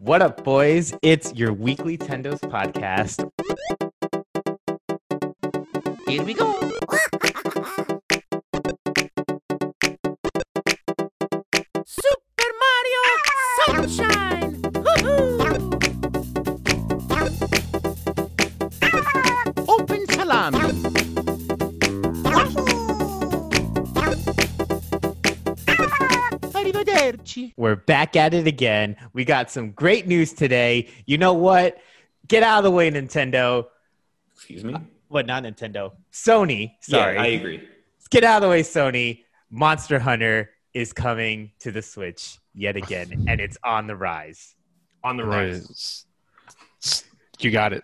What up, boys? It's your weekly Tendos podcast. Here we go. Super Mario Sunshine! Woohoo! Open salami! Arrivederci! We're back at it again. We got some great news today. You know what? Get out of the way, Nintendo. Excuse me? What, not Nintendo? Sony. Sorry. Yeah, I agree. Get out of the way, Sony. Monster Hunter is coming to the Switch yet again, and it's on the rise. on the rise. You got it.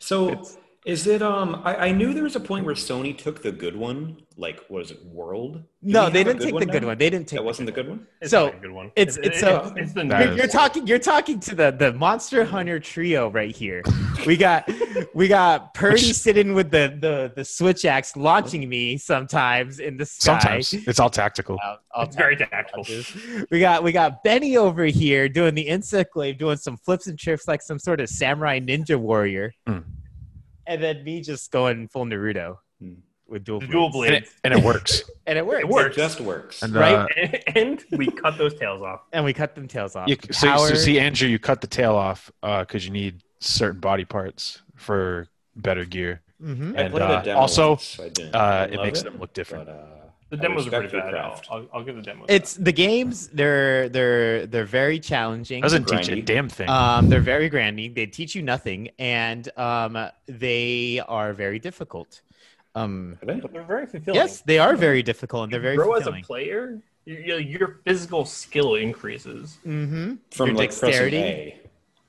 So is it um I, I knew there was a point where Sony took the good one, like what is it, World? Do we No, have they a didn't take the now? good one. They didn't take That wasn't the good one? It's So, not a good one. it's- It- it's it- a- it's the You're, new you're one. talking. You're talking to the the Monster Hunter trio right here. We got we got Purdy Which- sitting with the the the switch axe launching me sometimes in the sky. Sometimes it's all tactical. I'll- Uh, I'll It's very tactical. tell you. We got we got Benny over here doing the insect glaive, doing some flips and trips like some sort of samurai ninja warrior, Mm. and then me just going full Naruto Mm. with dual The blades. dual And blade. it, and it works. and it worked. It worked. It just works. And, Right? uh, And, and we cut those tails off. And we cut them tails off. you, so, Power- so see, Andrew, you cut the tail off because you need certain body parts for better gear. Mhm. I and, played uh, a demo also, once, so I didn't Uh, really it love makes them look different. but, uh, The I demos are pretty respect your bad. I'll, craft. I'll, I'll give the demos. It's the games. They're they're they're very challenging. Doesn't teach a Grindy. damn thing. Um, they're very grandy. They teach you nothing, and um, they are very difficult. Um, Are they? But they're very fulfilling. yes, they are very difficult, and they're very grow as a fulfilling. player. Your, your- your physical skill increases. mm-hmm. From Your like pressing dexterity? A.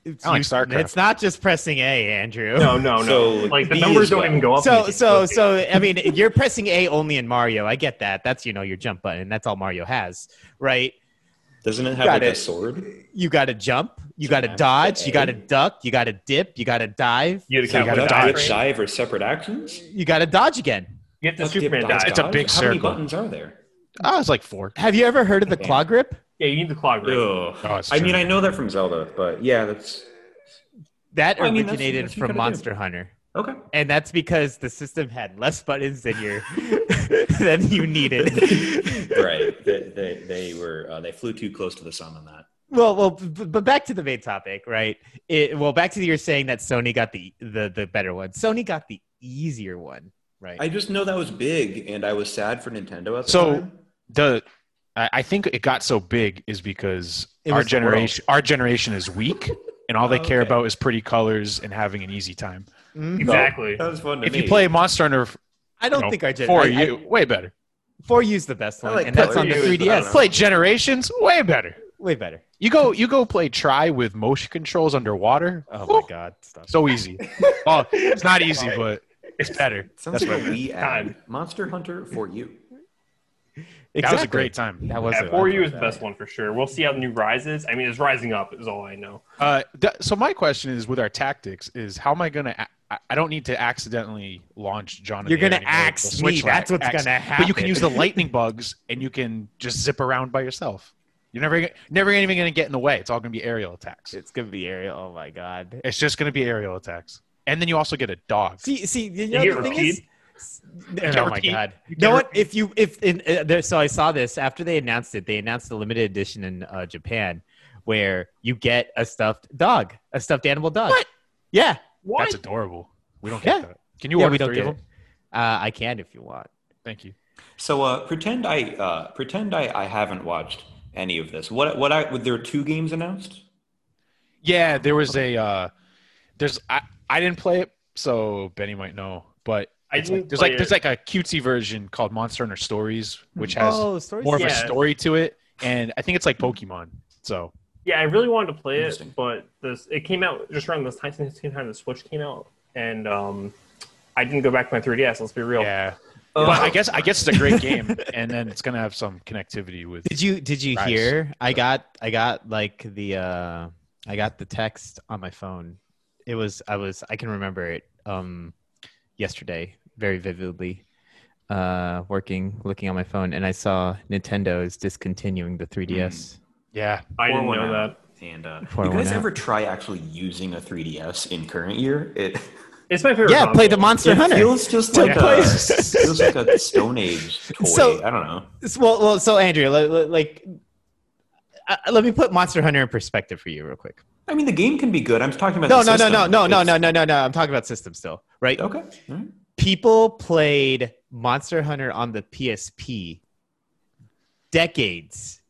It's, Not like you- StarCraft. it's not just pressing A, Andrew. No, no, no. So, like the B numbers as don't well. even go up. in So the game. so so Okay. I mean you're pressing A only in Mario. I get that. That's you know your jump button. That's all Mario has, right? Doesn't it have Got like a it. sword? You got to jump, you So got to that's dodge, you A. got to duck, you got to dip, you got to dive, you so you got gotta to Duck, dodge. dip, dive, or separate actions? you got to dodge again. You have to Duck, dip, Superman dodge, dive. It's a dodge? big How many circle. buttons are there? Oh, I was like four. Have you ever heard of the Okay. claw grip? Yeah, you need the clog ring. Ugh. Oh, it's I true. mean, I know that from Zelda, but yeah, that's That Well, I mean, that's- originated that's what you from gotta do. Monster Hunter. okay. And that's because the system had less buttons than your than you needed. right. They, they, they were uh, they flew too close to the sun on that. well, well, b- but back to the main topic, right? It, well, back to you're saying that Sony got the, the the better one. Sony got the easier one, right? I just know that was big, and I was sad for Nintendo at the So- time. The I I think it got so big is because It our was the world. generation our generation is weak, and all they Oh, care okay. about is pretty colors and having an easy time. Mhm. Exactly. That was fun to If me. you play Monster Hunter I don't think our gen- for I- I- you, way better. four U's the best I one, like and that's on the Four U's, I don't 3DS. know. Play Generations, way better. Way better. You go, you go play try with motion controls underwater. Oh Whew, my god, stop. so easy. oh, it's not easy, but it's better. Sounds That's like what a I meant. Wii ad. Monster Hunter for you. That was a Exactly. great time. That was Yeah, a- for you is the best one for sure. We'll see how the new rises. I mean, it's rising up is all I know. Uh, th- so my question is, with our tactics, is how am I gonna? a- I- I don't need to accidentally launch John. in the You're air gonna anymore. We'll axe switch me. la- That's what's axe. gonna happen. But you can use the lightning bugs, and you can just zip around by yourself. You're never, gonna- never even gonna get in the way. It's all gonna be aerial attacks. It's gonna be aerial. Oh my god. It's just gonna be aerial attacks, and then you also get a dog. See, see, you You know can't the thing repeat. is. can't Oh my repeat. god! You can't know what? If you if in uh, there, so I saw this after they announced it. They announced a limited edition in uh, Japan where you get a stuffed dog, a stuffed animal dog. What? Yeah, What? That's adorable. We don't Yeah. get that. Can you yeah. order We don't three get of it. them? Uh, I can if you want. Thank you. So uh, pretend I uh, pretend I, I haven't watched any of this. What what I there were two games announced. Yeah, there was a. Uh, there's I I didn't play it, so Benny might know. But I it's like, didn't there's play like there's it. like a cutesy version called Monster Hunter Stories, which has oh, story more of a Yeah. story to it, and I think it's like Pokemon. So Yeah, I really wanted to play it, Interesting. but this it came out just around the time, same time the Switch came out, and um, I didn't go back to my 3DS. Let's be real. yeah, Oh. but I guess I guess it's a great game, and then it's gonna have some connectivity with. Did you did you Rise. hear? I got I got like the uh I got the text on my phone. It was I was I can remember it um yesterday very vividly. Uh working looking on my phone and I saw Nintendo is discontinuing the 3DS. Yeah, Pour I didn't one know out. that. And uh, Pour you one guys out. ever try actually using a 3DS in current year? It, It's my favorite. Yeah, play the console. Monster it Hunter. feels just To like play- a feels like a Stone Age toy. So- I don't know. It's- well, well, so Andrew, li- li- like, uh, let me put Monster Hunter in perspective for you, real quick. I mean, the game can be good. I'm talking about No, the no, no, system. no, no, no, It's- no, no, no, no. I'm talking about system still, right? Okay. All right. People played Monster Hunter on the PSP decades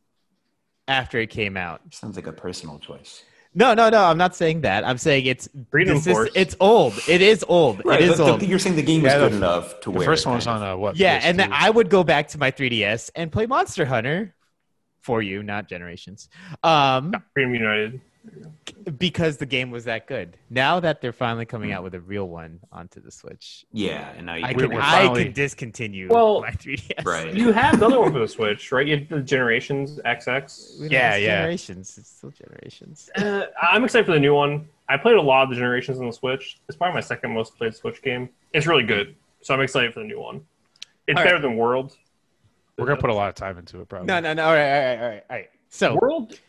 after it came out. Sounds like a personal choice. No, no, no. I'm not saying that. I'm saying it's Freedom this is- Force. it's old. It is old. Right, it is but the- old. you're saying the game was Yeah, good the- enough to The where first it one was kind on a what? yeah, and then PS2? I would go back to my 3DS and play Monster Hunter for you, not Generations, um, Freedom United. because the game was that good. Now that they're finally coming out with a real one onto the Switch, of- yeah, and now you I We can, were I finally- can discontinue Well, my 3DS. right. You have the other one for the Switch, right? You have the Generations We XX. don't- Yeah, it's yeah. Generations. It's still Generations. Uh, I'm excited for the new one. I played a lot of the Generations on the Switch. It's probably my second most played Switch game. It's really good, so I'm excited for the new one. It's All right. better than World. we're gonna put a lot of time into it, probably. No, no, no. All right, all right, all right, all right. So, World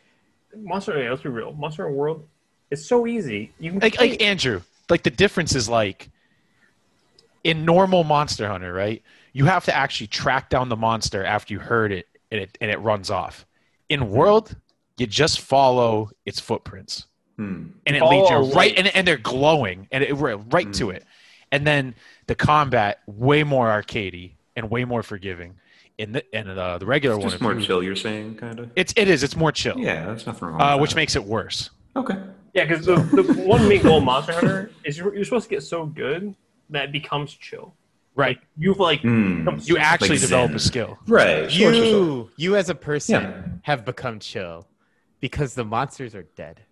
Monster. Yeah, let's be real. Monster Hunter World. It's so easy. You can like play- like Andrew, like the difference is like in normal Monster Hunter, right? You have to actually track down the monster after you heard it and it and it runs off. In World, you just follow its footprints Hmm. and it Follow leads a you right light. and, and they're glowing and it, we're right Hmm. to it. And then the combat way more arcadey and way more forgiving. In the and uh, the regular It's one, just if more you- chill. You're saying kind of. It's it is it's more chill, Yeah, there's nothing wrong. uh, with which that. makes it worse. okay. Yeah, because the, the one main goal of Monster Hunter is you're, you're supposed to get so good that it becomes chill. Right, You've like Hmm. becomes you chill. actually Like develop Zen. a skill. Right. sure, sure, sure. you, you as a person, Yeah. have become chill because the monsters are dead.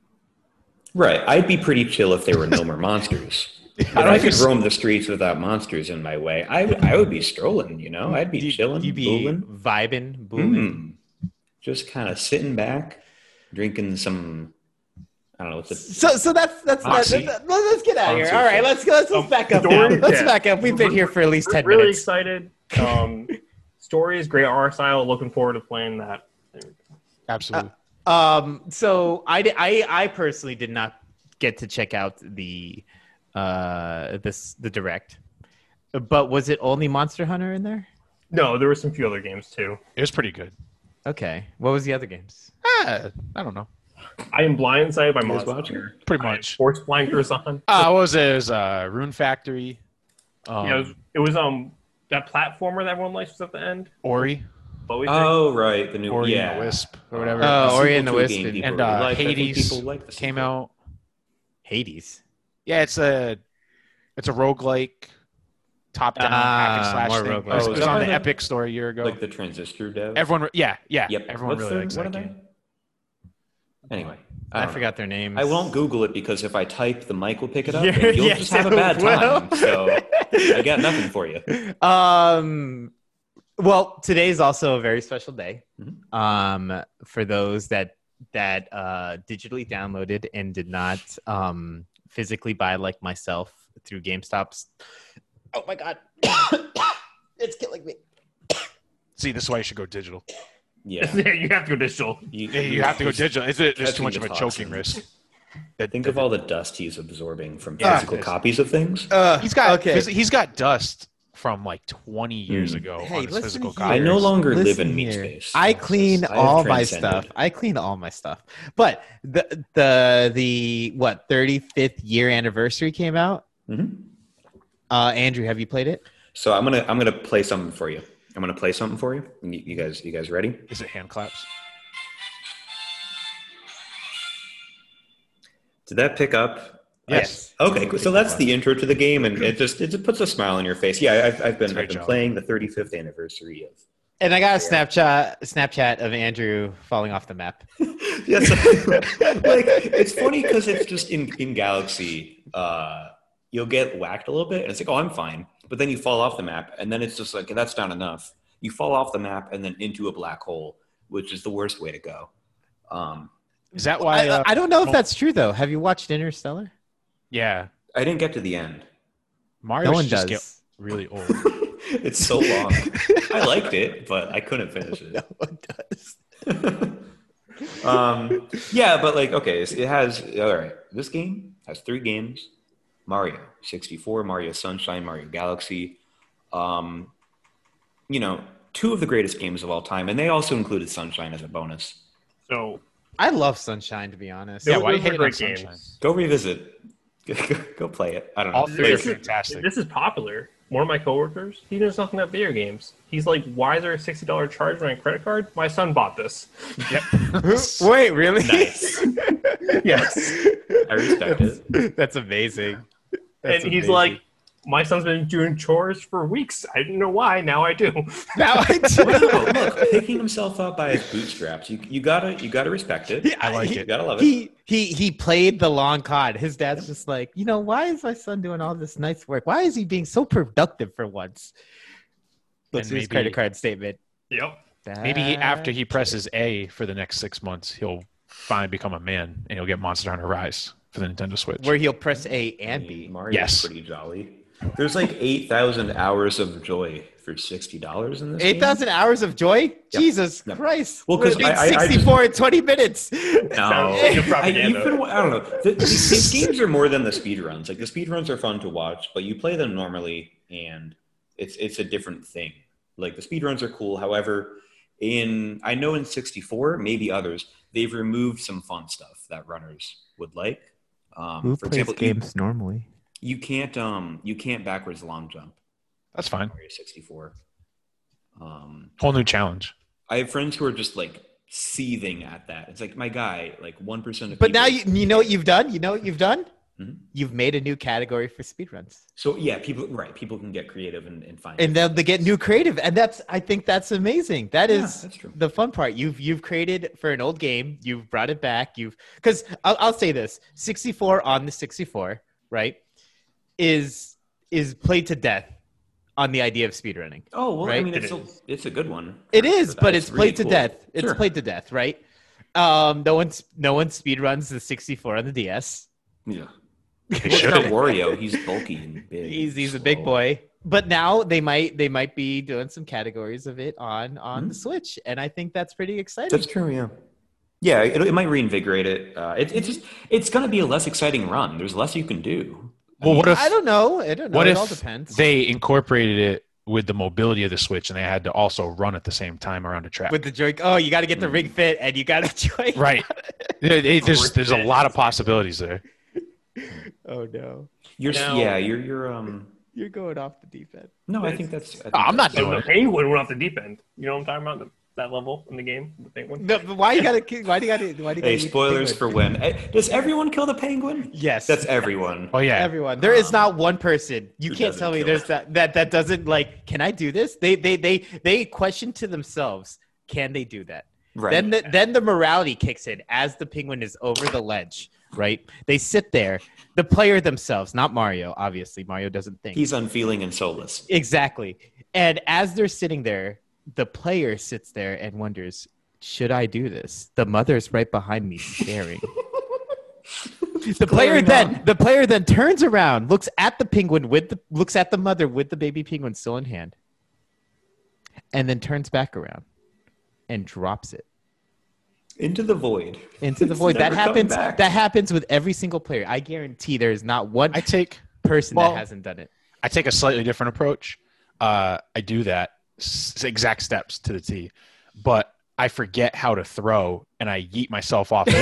Right. I'd be pretty chill if there were no more monsters. If I don't I, could think- roam the streets without monsters in my way, I, would- I would be strolling, you know? I'd be chilling, You be booming, vibing, Hmm. booming. just kind of sitting back, drinking some, I don't know, what's it? So, so that's that's that, Moxie. that, that- let's get out of here. Moxie. All right, let's let's, let's Um, back up. story- Now. Let's yeah. back up. We've been here for at least ten really minutes. excited. Um, story is great art style. Looking forward to playing that. Uh, Absolutely. Um, so I, di- I I personally did not get to check out the uh this the direct, but was it only Monster Hunter in there? No, there were some few other games too. it was pretty good. Okay, what was the other games? Ah, I don't know. I am blindsided by Who's Monster watching? Hunter. Pretty I am much. force blind Curzon. Uh, what was it? It was uh, Rune Factory. Um, yeah, it was, it was um that platformer that everyone likes was at the end. Ori, Bowie thing. Oh, right. The new, Ori and yeah. the Wisp, or whatever. Uh, The Ori and sequel the to a game Wisp and- people and, really uh, liked. I think Hades people like the came sequel. out. Hades. Yeah, it's a it's a roguelike top down hack Ah, and slash more thing. roguelike. It was- Oh, it is was that on why the they- Epic Store a year ago. Like the transistor dev. everyone, yeah, yeah. Yep. Everyone What's really their- likes what that are game. they? Anyway, I, don't know. forgot their names. I won't Google it because if I type, the mic will pick it up, You're- and you'll yes, just have a it bad time. will. So I got nothing for you. um well today is also a very special day Mhm. um for those that that uh digitally downloaded and did not um physically buy like myself through gamestop's oh my god it's killing me See, this is why you should go digital. Yeah, you have to go digital. you, Yeah, You have to go just digital. It's, it's too catching much of the a choking toxins. risk. Think of all the dust he's absorbing from Yeah. physical copies of things. uh He's got okay he's got dust from like 20 years Hmm. ago Hey, on his listen physical here. I copies. no longer live Listen in meat here. space. I clean I have all my transcended. stuff. I clean all my stuff. But the the the what 35th year anniversary came out. Mhm. Uh Andrew, have you played it? So I'm gonna I'm gonna play something for you. I'm gonna play something for you. You, you guys, you guys ready? Is it hand claps? Did that pick up? Yes. Okay, cool. so that's the intro to the game, and it just it just puts a smile on your face. Yeah, I've, I've been, Great I've been job. playing the 35th anniversary of And I got a Snapchat Snapchat of Andrew falling off the map. yes. like it's funny because it's just in in Galaxy, uh, you'll get whacked a little bit, and it's like, oh, I'm fine. But then you fall off the map, and then it's just like that's not enough. You fall off the map and then into a black hole, which is the worst way to go. Um, Is that why? I, uh, I don't know if well- that's true though. Have you watched Interstellar? yeah, I didn't get to the end. Mario No one should just does. get really old. it's so long. I liked it, but I couldn't finish it. one does. um, yeah, but like, okay, it's- it has all right. This game has three games: Mario 64, Mario Sunshine, Mario Galaxy. Um, you know, two of the greatest games of all time, and they also included Sunshine as a bonus. So I love Sunshine, to be honest. Yeah, those why were you hating great on games. Sunshine? Go revisit. Go play it. I don't know. All three are This is- fantastic. This is popular. One of my coworkers, he knows nothing about video games. He's like, why is there a sixty dollar charge on my credit card? My son bought this. Wait, really? Nice. Yes. I respect it. That's amazing. That's and he's amazing. like, my son's been doing chores for weeks. I didn't know why. Now I do. now I Wow, do. look, picking himself up by his bootstraps. You, you gotta you gotta respect it. Yeah, I like You it. gotta love it. He he he played the long con. His dad's just like, you know, why is my son doing all this nice work? Why is he being so productive for once? Let's And his maybe- credit card statement. Yep. Maybe he, after That- he presses A for the next six months, he'll finally become a man and he'll get Monster Hunter Rise for the Nintendo Switch. Ah. where he'll press A I and mean, B. Mario's Yes. pretty jolly. There's like eight thousand hours of joy for sixty dollars in this. game? Eight thousand hours of joy. Jesus Yep. Christ! Well, 'cause We're doing I- I- I just- sixty-four in twenty minutes. Oh. No, Sounds like a I, propaganda. you've been, I don't know. The, these, these games are more than the speed runs. Like the speed runs are fun to watch, but you play them normally, and it's it's a different thing. Like the speed runs are cool. However, in I know in '64, maybe others, they've removed some fun stuff that runners would like. Um, for example, you- normally? You, can't um you can't backwards long jump. That's fine. Mario 64. Um, Whole new challenge. I have friends who are just like seething at that. It's like my guy, like one percent of. But now you, people- you know what you've done. You know what you've done. Mhm. You've made a new category for speedruns, So yeah, people right. People can get creative and, and find. and then they get new creative, and that's I think that's amazing. That Yeah, is that's true. the fun part. You've you've created for an old game. You've brought it back. You've because I'll, I'll say this: sixty-four on the sixty-four, right, is is played to death on the idea of speedrunning. oh well, I right? mean, it's It a, is. it's a good one. It for- is, for but that. it's really played to cool. death. It's Sure. played to death, right? Um, no one's no one speed runs the 64 on the DS. Yeah. They Look at should. Wario. He's bulky and big. He's he's a slow. big boy. But now they might they might be doing some categories of it on on the Switch, and I think that's pretty exciting. That's true. Yeah. Yeah, it, it might reinvigorate it. Uh, it it's just it's gonna be a less exciting run. There's less you can do. Well, what if I don't know. I don't know. what it if all depends. they incorporated it with the mobility of the Switch and they had to also run at the same time around a track? With the joy, oh, you got to get the Mm. ring fit, and you got to joy. right. There- there- there's Worth there's a it. lot of possibilities there. Oh no, You're Now- yeah. You're you're um. you're going off the deep end. No, I think that's. I think I'm that's- not So doing the it. penguin went off the deep end. You know what I'm talking about? That level in the game, the penguin. No, but why you got to? Why do you got to? Why do you? gotta Hey, eat spoilers penguin? for when. Eh, Does everyone kill the penguin? yes. That's everyone. Oh yeah. everyone. There is Um, not one person. You who can't doesn't tell me kill there's it? that, that that doesn't like. Can I do this? They they they they question to themselves. Can they do that? Right. Then the, then the morality kicks in as the penguin is over the ledge. Right? They sit there. The player themselves, not Mario. Obviously, Mario doesn't think. He's unfeeling and soulless. exactly. And as they're sitting there, the player sits there and wonders, "Should I do this?" The mother's right behind me, staring. the player glaring then up. the player then turns around, looks at the penguin with the looks at the mother with the baby penguin still in hand, and then turns back around and drops it Into the void. into the It's void. That never coming happens. back. That happens with every single player. I guarantee there is not one I take person well- that hasn't done it. I take a slightly different approach. Uh, I do that s- exact steps to the T, but I forget how to throw and I yeet myself off. Then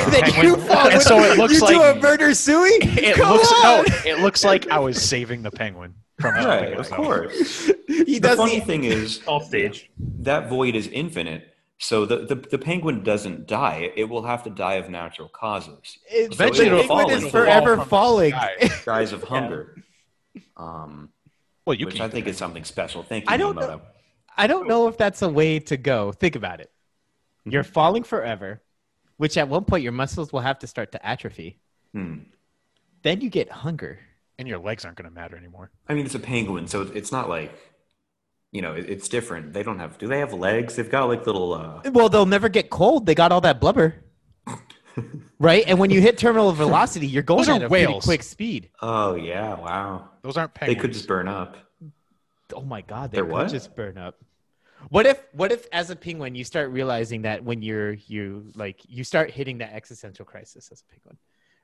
you fall and with- so it looks you like do a murder suey. it Come looks on! no, it looks like I was saving the penguin from Right, helping of myself. course. he The does funny the thing is, Off stage. that void is infinite. So the, the, the penguin doesn't die. It will have to die of natural causes. it, Eventually the it'll penguin fall is and forever fall falling. Right. Dies of hunger. Um, Well, you which can. I think is something special. Thank you, I don't Miyamoto. know. I don't know if that's a way to go. Think about it. You're falling forever, which at one point your muscles will have to start to atrophy. Hmm. Then you get hunger. and your legs aren't going to matter anymore. I mean, it's a penguin, so it's not like, you know, it, it's different. They don't have. Do they have legs? They've got like little. Uh, Well, they'll never get cold. They got all that blubber. right? And when you hit terminal velocity, you're going Those are at a pretty whales. quick speed. oh yeah! Wow. Those aren't They penguins. could just burn up. Oh my god, they They're could what? just burn up. What if what if as a penguin you start realizing that when you're you like you start hitting that existential crisis as a penguin,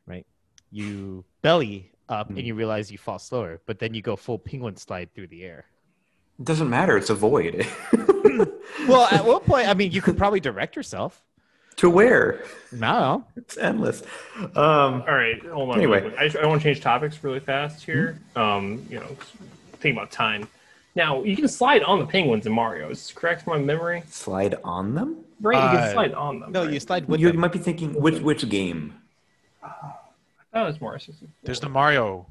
right? You belly up Mm-hmm. and you realize you fall slower, but then you go full penguin slide through the air. It doesn't matter. It's a void. Well, at what point? I mean, you could probably direct yourself. to where? No, It's endless. Um, All right, hold on. Anyway. real quick. I, just- I want to change topics really fast here. Mm-hmm. Um, you know, think about time. Now you can slide on the penguins in Mario. Is this correct from my memory? slide on them? Right, you Uh, can slide on them. no, right? you slide with you them. might be thinking which which game? Oh, it's Mario. 64. There's the Mario.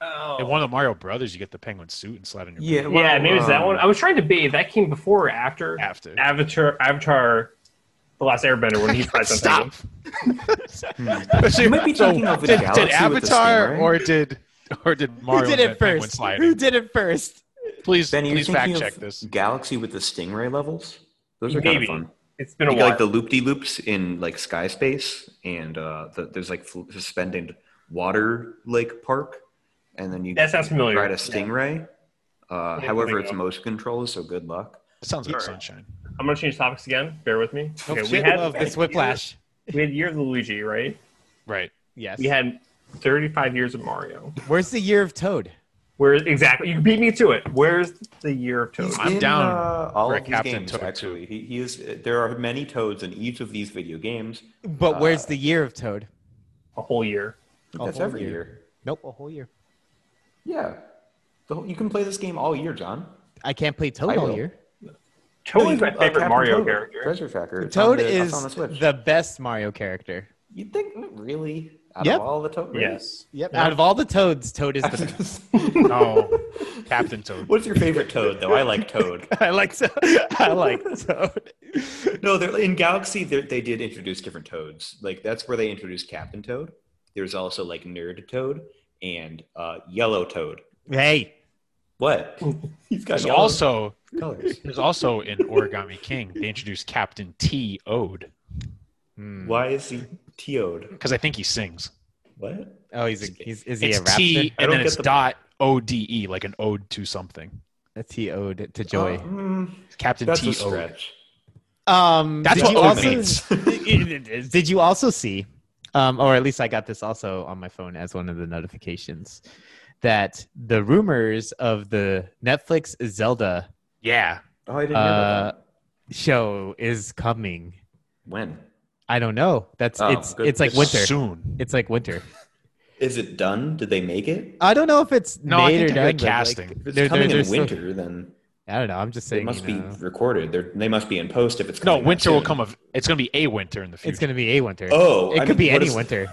Oh. In one of the Mario Brothers, you get the penguin suit and slide on your. back. yeah, maybe it's that one. I was trying to be. That came before or after? After. Avatar. Avatar. The Last Airbender when he slides on Stop. penguins. So- You might be so talking of the did, galaxy did with this Avatar thing, right? or did or did Who Mario did invent it penguin first? sliding? Who did it first? Please, Ben, you're please thinking fact of check this. Galaxy with the stingray levels. Those are Maybe. kind of fun. It's been a You while. got, like the loop de loops in like sky space, and uh, the, there's like fl- suspended water lake park, and then you That sounds familiar. ride a stingray. Uh, Yeah, there however, you it's go. motion controlled, so good luck. It sounds like Alright. sunshine. I'm gonna change topics again. Bear with me. Oh, Okay, we shit, had love this whiplash. We had year of Luigi, right? Right. Yes. We had 35 years of Mario. Where's the year of Toad? Where exactly? You beat me to it. Where's the year of Toad? He's I'm in, down uh, all for a of these Captain games, Toad, actually. He, he is. There are many toads in each of these video games. But where's the year of Toad? A whole year. A That's whole every year. year. Nope, a whole year. Yeah, the whole, you can play this game all year, John. I can't play Toad I all will. year. Toad is No, my you- uh, favorite Captain Mario Toad, character. Treasure Tracker. It's on Toad the- it's is on the Switch. the best Mario character. You think really? Out Yep. of all the Toad. Really? Yes. Yep. Out of all the Toads, Toad is the best. No, Captain Toad. What's your favorite Toad though? I like Toad. I like so. I like Toad. No, they're, in Galaxy they're- they did introduce different Toads. Like that's where they introduced Captain Toad. There's also like Nerd Toad and uh, Yellow Toad. Hey, What? He's got There's yellow also colors. there's also in Origami King they introduced Captain T Ode Hmm. Hmm. Why is he Toad? because I think he sings. What? oh, he's a, he's is he It's a raptor? T I don't and then it's get the- dot O D E like an ode to something. That's he owed to Joy. Uh, mm, Captain that's T a Ode. stretch. Um, That's did what you ode also, means. Did you also see, um, or at least I got this also on my phone as one of the notifications, that the rumors of the Netflix Zelda Yeah. Oh, I didn't know uh, that. show is coming. When I don't know. That's Oh, it's good. it's like winter. Soon. It's like winter. is it done? Did they make it? I don't know if it's No, I made think or they're done. like but, like, casting. If it's they're- coming they're- in they're winter, still- then I don't know. I'm just saying. it must you be know. recorded. They're, they must be in post if it's No, coming out winter will soon. come of it's gonna be a winter in the future. It's gonna be a winter. Oh, it I could mean, be what any is- winter.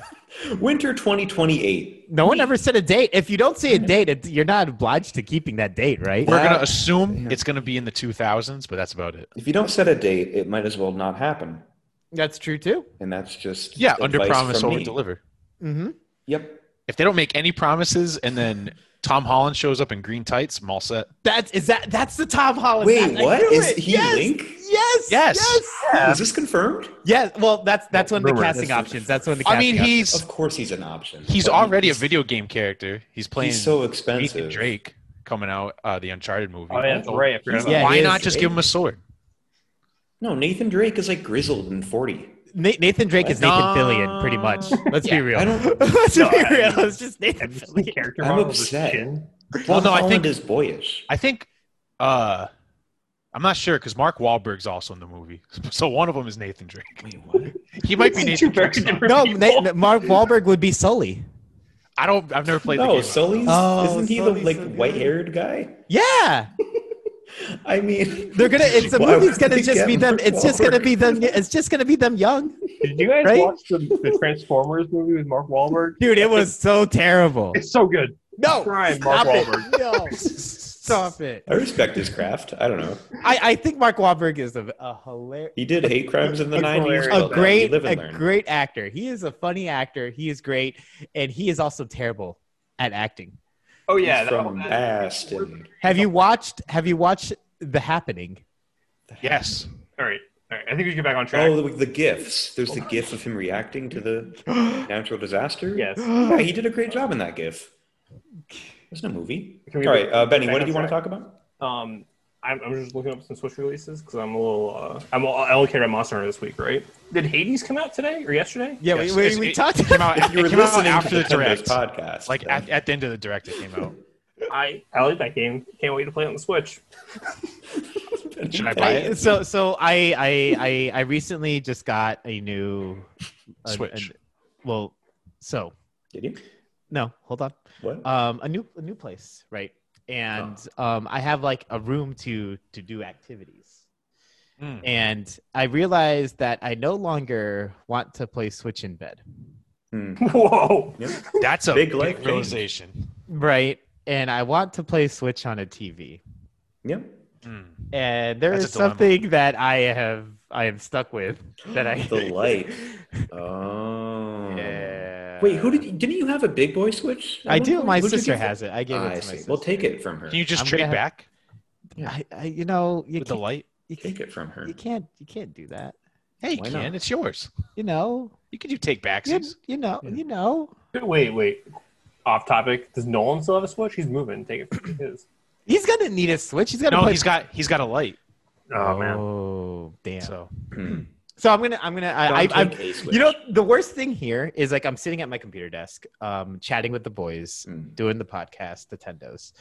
Winter 2028. No one ever said a date. If you don't say a date, it, you're not obliged to keeping that date, right? We're gonna That- assume it's gonna be in the 2000s, but that's about it. If you don't set a date, it might as well not happen. That's true too. And that's just Yeah, advice under promise, from over me. deliver. Mm-hmm. Yep. If they don't make any promises and then Tom Holland shows up in green tights, I'm all set. That's is that that's the Tom Holland. Wait, Oh, I what? knew Is it. he yes, Link? Yes. Yes. Yes. Is this confirmed? Yes. Well, that's that's one of the Rumor. casting That's- options. That's one of the. Casting I mean, options. he's Of course, he's an option. he's But already a he's- video game character. He's playing He's so Meet the expensive. Drake coming out uh, the Uncharted movie. Oh, yeah, that's right. I forgot about Yeah, Why he not is just Drake. give him a sword? No, Nathan Drake is like grizzled and 40. Na- Nathan Drake is Nathan Nah. Fillion, pretty much. Let's be real. I don't. Let's No, be I- real. It's just Nathan That's the Fillion. character I'm model of his upset. chin. Well, no, I Holland think- is boyish. I think uh, I'm not sure because Mark Wahlberg's also in the movie, so one of them is Nathan Drake. Wait, what? He might be Two Nathan very Drake. son. different No, people. Na- Mark Wahlberg would be Sully. I don't. I've never played the No, game. Sully's Oh, isn't he Sully's the like so good. white-haired guy? Yeah, I mean, they're gonna. It's the Why would movie's gonna they just get be them. Mark It's just gonna Wahlberg? be them. It's just gonna be them young. Did you guys Right? watch the, the Transformers movie with Mark Wahlberg? Dude, it was so terrible. It's so good. No, Try and stop Mark it. No, stop it. I respect his craft. I don't know. I, I think Mark Wahlberg is a, a hilarious, He did hate crimes in the That's nineties. hilarious. a Well, great, live a and learn. great actor. He is a funny actor. He is great, and he is also terrible at acting. Oh He's yeah, that- from that- past and Have you watched? Have you watched The Happening? Yes. All right, all right. I think we should get back on track. oh, the, the gifts. There's the gif of him reacting to the natural disaster. yes. yeah, he did a great job in that gif. It's no movie. Can All we- right, uh, Benny, back what on did you want to track? talk about? Um, I'm, I'm just looking up some Switch releases because I'm a little. Uh, I'm all I only care about Monster Hunter this week, right? Did Hades come out today or yesterday? Yeah, Yes, we, it's- we, we it talked came out, If you were it came out listening after to the the Nintendo's direct. podcast, Like then- at, at the end of the direct, it came out. I I like that game. Can't wait to play it on the Switch. Should I buy I, it? so so I, I I I recently just got a new a- Switch. an- well, so Did you? no, hold on. What? Um, a new a new place, right? And Oh. um, I have like a room to to do activities, Hmm. Mm. and I realized that I no longer want to play Switch in bed, Hmm. Whoa! Yep. That's a Big big, life change. realization. right? And I want to play Switch on a TV. Yep. Mm. And there That's a is dilemma. something that I have I am stuck with that I The light. Oh. yeah. Wait, who did? you- Didn't you have a big boy switch? I do. My Who'd you sister give it- has it. I gave it Ah, I to my see. sister. We'll take it from her. Can you just I'm trade gonna- back I, I, you know, you with the can't, light? you, can't, Take it from her. you can't, you can't do that. Hey, Why Ken, not? it's yours. You know, You could do take backs. you, you know, Yeah. you know. Wait, wait. Off topic. Does Nolan still have a Switch? He's moving. Take it from his. He's gonna need a switch. He's gonna. No, play- he's got he's got a light. Oh man. Oh damn. So, So Hmm. I'm gonna, I'm gonna, I, I, Don't I'm. take a switch. You know, the worst thing here is like I'm sitting at my computer desk, um, chatting with the boys, Hmm. doing the podcast, the Tendos,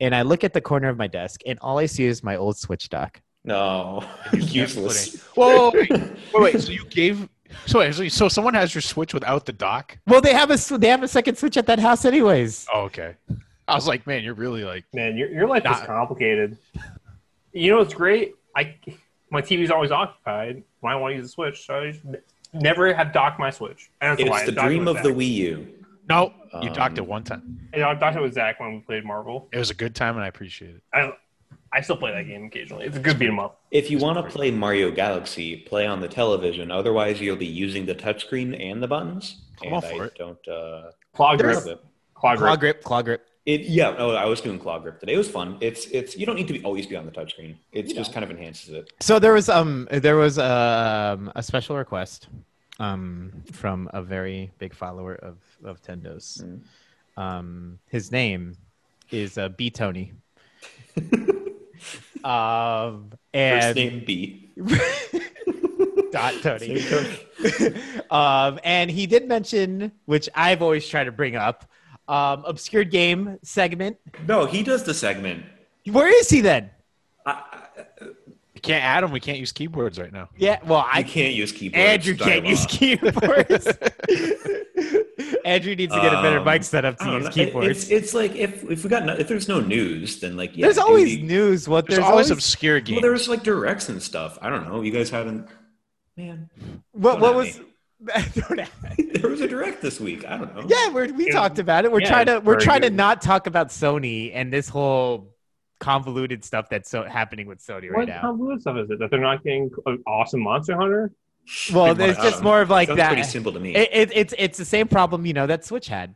and I look at the corner of my desk, and all I see is my old Switch dock. No. Useless. whoa, wait, wait, wait, so you gave so wait, so, so someone has your switch without the dock? Well, they have a, sw- they have a second Switch at that house, anyways. Oh, okay. I was like, man, you're really like Man, your your life Nah. is complicated. You know what's great? I my TV's always occupied when I want to use the Switch. So I just n- never have docked my Switch. And that's a lie. It's the Docked it dream with of the Zach. Wii U. no, you docked Um, it one time. And I docked it with Zach when we played Marvel. It was a good time, and I appreciate it. I I still play that game occasionally. It's a good beat 'em up. If you want to play Mario Galaxy, play on the television. Otherwise, you'll be using the touchscreen and the buttons. I'm and all I for it. don't uh, Claw grip. love it. Claw Claw grip. grip, claw grip. It yeah. No, I was doing claw grip today. It was fun. It's it's. You don't need to be, always be on the touchscreen. It's just kind of enhances it. So there was um there was um a special request um from a very big follower of of Tendos. Um his name is uh, B Tony. um First and name B. dot Tony. Same Tony. um and he did mention which I've always tried to bring up um obscured game segment. No, he does the segment. Where is he then? We can't add them. We can't use keyboards right now. Yeah, well I I can't use keyboards. Andrew Sorry, can't use Law. keyboards. Andrew needs to get a better Um, mic setup to I don't use know. It- keyboards. It's, it's like if if we got no, if there's no news, then like yeah, there's do always the- news. What There's, there's, always always obscure games. well, there's like directs and stuff. I don't know. You guys hadn't. Man, what, don't what at was. me. Don't at- there was a direct this week. I don't know. yeah, we're, we Yeah. talked about it. We're Yeah, trying to it's we're very trying to good. not talk about Sony and this whole convoluted stuff that's so happening with Sony right What now. how blue stuff is it? That they're not getting an awesome Monster Hunter? well, Big one it's of just them. more of like Sounds that. pretty It, simple to me. it, it's it's the same problem you know that Switch had.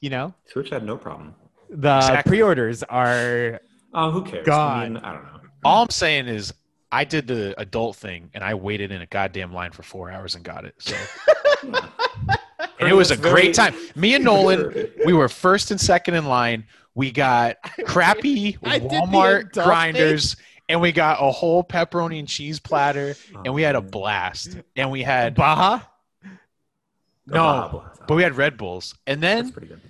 You know Switch had no problem. the Exactly. pre-orders are Oh, who cares? I God. mean, I don't know. All I'm saying is, I did the adult thing, and I waited in a goddamn line for four hours and got it. So. and it was a great time. Me and Nolan, we were first and second in line. We got crappy I did the Walmart adult thing. grinders, and we got a whole pepperoni and cheese platter, and we had a Oh, blast. And we had Baja. no, but we had Red Bulls. And that's then pretty good.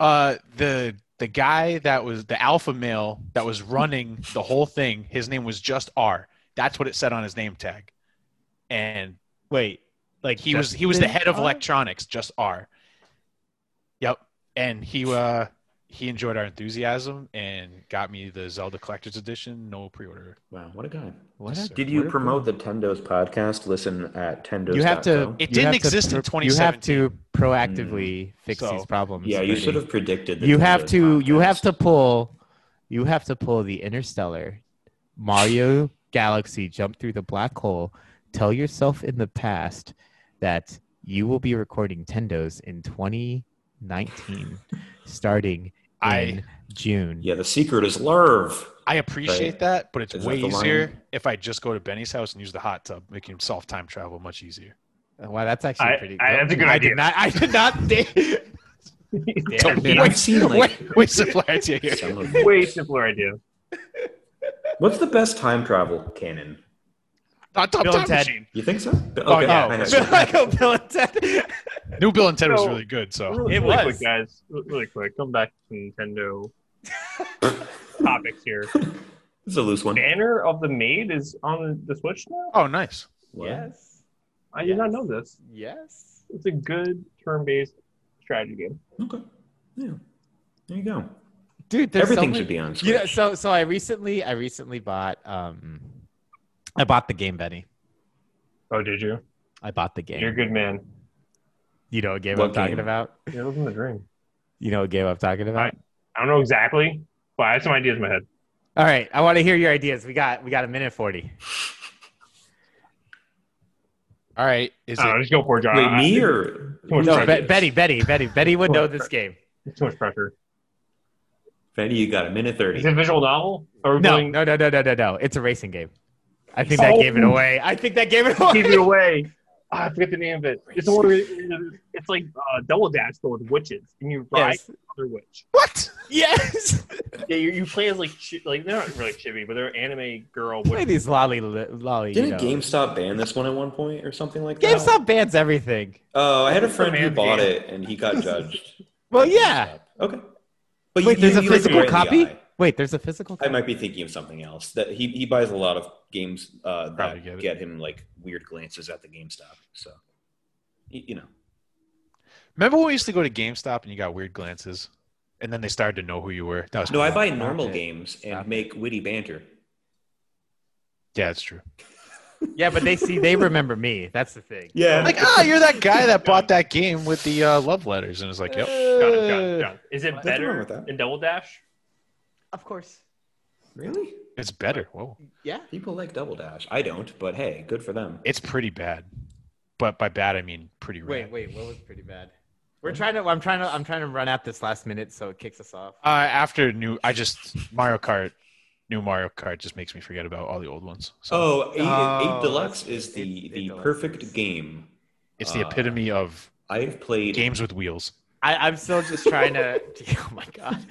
uh, the the guy that was the alpha male that was running the whole thing, his name was just R. That's what it said on his name tag. And Wait, like he was he was the Justin head of R? electronics, just R. Yep, and he uh he enjoyed our enthusiasm and got me the Zelda Collector's Edition, no pre-order. Wow, what a guy. What Yes, a- sir. Did you what a- promote the Tendo's podcast? Listen at Tendo's. You have to. It you didn't have to exist in pro- You have to proactively fix So- these problems. Mm. Yeah, you Rudy. should have predicted. The You have Tendo's to. You have podcast. to pull. You have to pull the interstellar, Mario Galaxy, jump through the black hole. Tell yourself in the past that you will be recording Tendos in 2019, starting in I- June. Yeah, the secret is Lerv. I appreciate Right. that, but it's Is that way the line? easier if I just go to Benny's house and use the hot tub, making self time travel much easier. Wow, that's actually I- pretty. I- that's a good I idea. Did not, I did not. think- Yeah, I've seen like Wait, supply idea here. some of Way simpler idea. What's the best time travel canon? Not Top Bill Time and Ted. Machine. You think so? Okay, Oh, yeah. I know. Michael Bill and Ted. New Bill and Ted was So- really good. So Really, It really was. quick, guys. Re- Really quick. Come back to Nintendo topics here. It's a loose one. Banner of the Maid is on the Switch now. oh, nice. What? yes. I did not know this. Yes. It's a good turn-based strategy game. Okay. Yeah. There you go. Dude, there's so Everything many- should be on Switch. You know, so so I recently I recently bought um I bought the game, Benny. Oh, did you? I bought the game. You're a good man. You know what game What I'm talking game? about? You're living the dream. You know what game I'm talking about? I don't know exactly, but I have some ideas in my head. All right, I want to hear your ideas. We got we got a minute forty. All right. Is I don't know, it just go for it, John. Wait, I- me or Too much Uh, No, pressure. Be- Betty, Betty, Betty, Betty would know this game. Too much pressure. Betty? You got a minute Is thirty. it a visual novel? Or we No, playing- no, no, no, no, no, no. It's a racing game. I think that Oh. gave it away. I think that gave it Keep it away. away. Ah, I forget the name of it. It's the one where you- it's like uh, double dash but with witches, and you ride Yes. another witch. what? Yes. Yeah, you, you play as like chi- like they're not really chibi, but they're anime girl Play witches. these lolly lolly. you Didn't know. GameStop ban this one at one point or something like that? GameStop bans everything. Oh, I had a It's a friend who man's bought game. it and he got judged. Well, yeah. Okay. But Wait, there's a look physical right in the copy. eye. Wait, there's a physical. I copy? might be thinking of something else. That he, he buys a lot of games uh, Probably that get get, it. him like weird glances at the GameStop. So y- you know, Remember when we used to go to GameStop and you got weird glances, and then they started to know who you were. That was no, I cool. buy normal it. games and Stop it. make witty banter. Yeah, it's true. Yeah, but they see they remember me. That's the thing. Yeah, Like, ah, you're that guy that bought that game with the uh, love letters, and it's like, yep. John, John, John. Is it Nothing wrong better with that. than double dash? Of course. really? It's better. Whoa. Yeah. People like Double Dash. I don't, but hey, good for them. It's pretty bad. But by bad I mean pretty rad. Wait, wait. What was pretty bad? We're trying to. I'm trying to. I'm trying to run at this last minute, so it kicks us off. Uh after new I just Mario Kart new Mario Kart just makes me forget about all the old ones. So Oh, eight, Oh, eight Deluxe that's- is the Eight- Eight the Deluxe perfect is- game. it's the uh, epitome of I've played games with wheels. I, I'm still just trying to. oh my god.